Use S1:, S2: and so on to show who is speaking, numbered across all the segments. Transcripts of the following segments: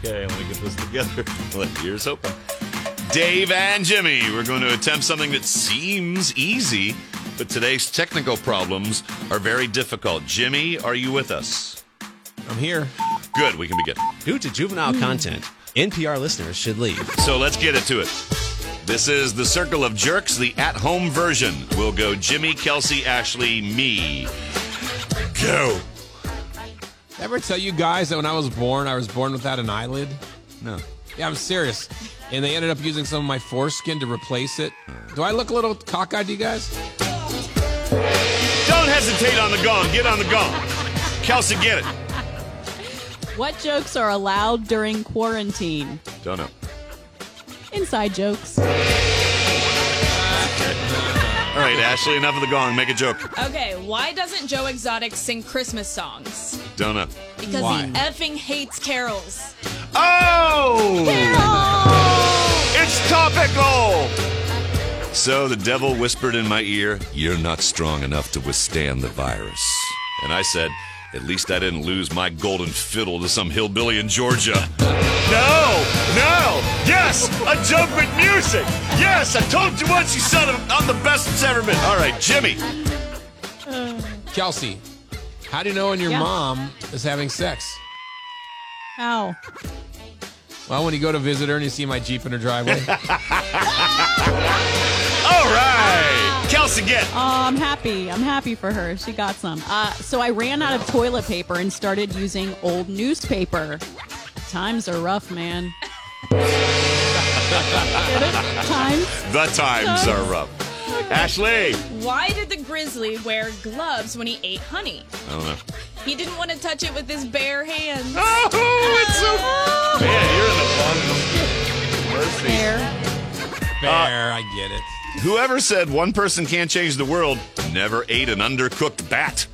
S1: okay, let me get this together. Well, here's hoping. Dave and Jimmy, we're going to attempt something that seems easy, but today's technical problems are very difficult. Jimmy, are you with us?
S2: I'm here.
S1: Good, we can begin.
S2: Due to juvenile content, NPR listeners should leave.
S1: So let's get it to it. This is The Circle of Jerks, the at home version. We'll go Jimmy, Kelsey, Ashley, me. Go.
S2: Ever tell you guys that when I was born, I was born without an eyelid?
S1: No.
S2: Yeah, I'm serious. And they ended up using some of my foreskin to replace it. Do I look a little cockeyed to you guys?
S1: Don't hesitate on the gong. Get on the gong. Kelsey, get it.
S3: What jokes are allowed during quarantine?
S1: Don't know.
S3: Inside jokes.
S1: All right, Ashley, enough of the gong. Make a joke.
S4: Okay, why doesn't Joe Exotic sing Christmas songs?
S1: Don't know.
S4: Because
S2: Why?
S4: he effing hates carols.
S1: Oh! It's topical! So the devil whispered in my ear, You're not strong enough to withstand the virus. And I said, At least I didn't lose my golden fiddle to some hillbilly in Georgia. no! No! Yes! A joke with music! Yes! I told you once, you son of I'm the best it's ever been. All right, Jimmy.
S2: Kelsey, how do you know when your
S3: Yeah.
S2: mom is having sex?
S3: How?
S2: Well, when you go to visit her and you see my Jeep in her driveway.
S1: All right! Kelsey, get.
S3: Oh, I'm happy. I'm happy for her. She got some. Uh, so I ran out of toilet paper and started using old newspaper. Times are rough, man. Get it? Times.
S1: The times are up. Ashley!
S4: Why did the grizzly wear gloves when he ate honey?
S1: I don't know.
S4: He didn't want to touch it with his bare hands.
S1: Oh, it's so. Man, you're in the
S3: Fair.
S2: Fair, I get it.
S1: Whoever said one person can't change the world never ate an undercooked bat.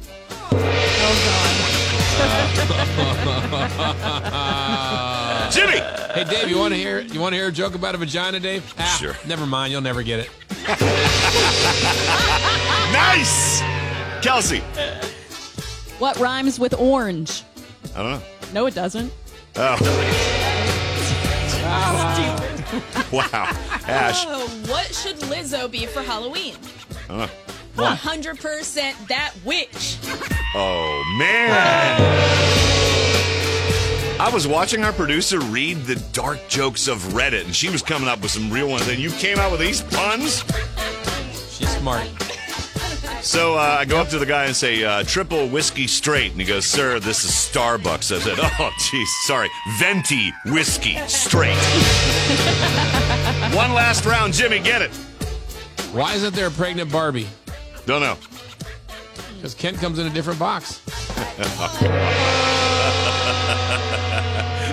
S1: Jimmy!
S2: Hey, Dave, you want to hear you want to hear a joke about a vagina, Dave? Ah,
S1: Sure.
S2: Never mind, you'll never get it.
S1: Nice! Kelsey!
S3: What rhymes with orange?
S1: I don't know. Oh.
S3: No, it doesn't.
S1: Wow. Ash.
S4: Oh, what should Lizzo be for Halloween? One hundred percent that witch.
S1: Oh, man. I was watching our producer read the dark jokes of Reddit, and she was coming up with some real ones, and you came out with these puns?
S2: She's smart.
S1: So uh, I go up to the guy and say, uh, triple whiskey straight. And he goes, sir, this is Starbucks. I said, oh, geez, sorry. Venti whiskey straight. One last round, Jimmy, get it.
S2: Why isn't there a pregnant Barbie?
S1: Don't know.
S2: Because Ken comes in a different box.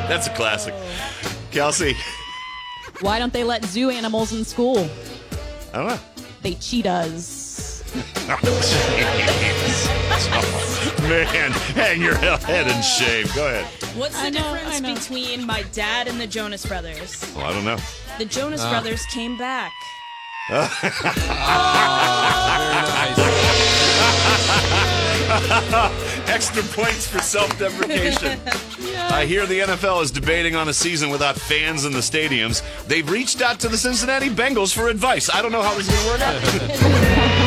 S1: That's a classic. Kelsey,
S3: Why don't they let zoo animals in school?
S1: I don't know.
S3: They cheetahs.
S1: Jeez. Man, hang your head in shame. Go ahead.
S4: What's the
S3: I know, I know.
S4: difference between my dad and the Jonas Brothers?
S1: Well, I don't know.
S4: The Jonas Brothers came back.
S2: Very nice.
S1: Extra points for self-deprecation. I hear the NFL is debating on a season without fans in the stadiums. They've reached out to the Cincinnati Bengals for advice. I don't know how this is going to work out.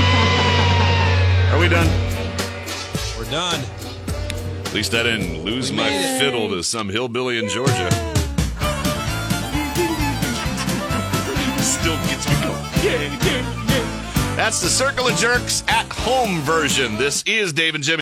S1: Are we done?
S2: We're done.
S1: At least I didn't lose my
S2: made it.
S1: fiddle to some hillbilly in Georgia. Still gets me going. That's the Circle of Jerks at home version. This is Dave and Jimmy.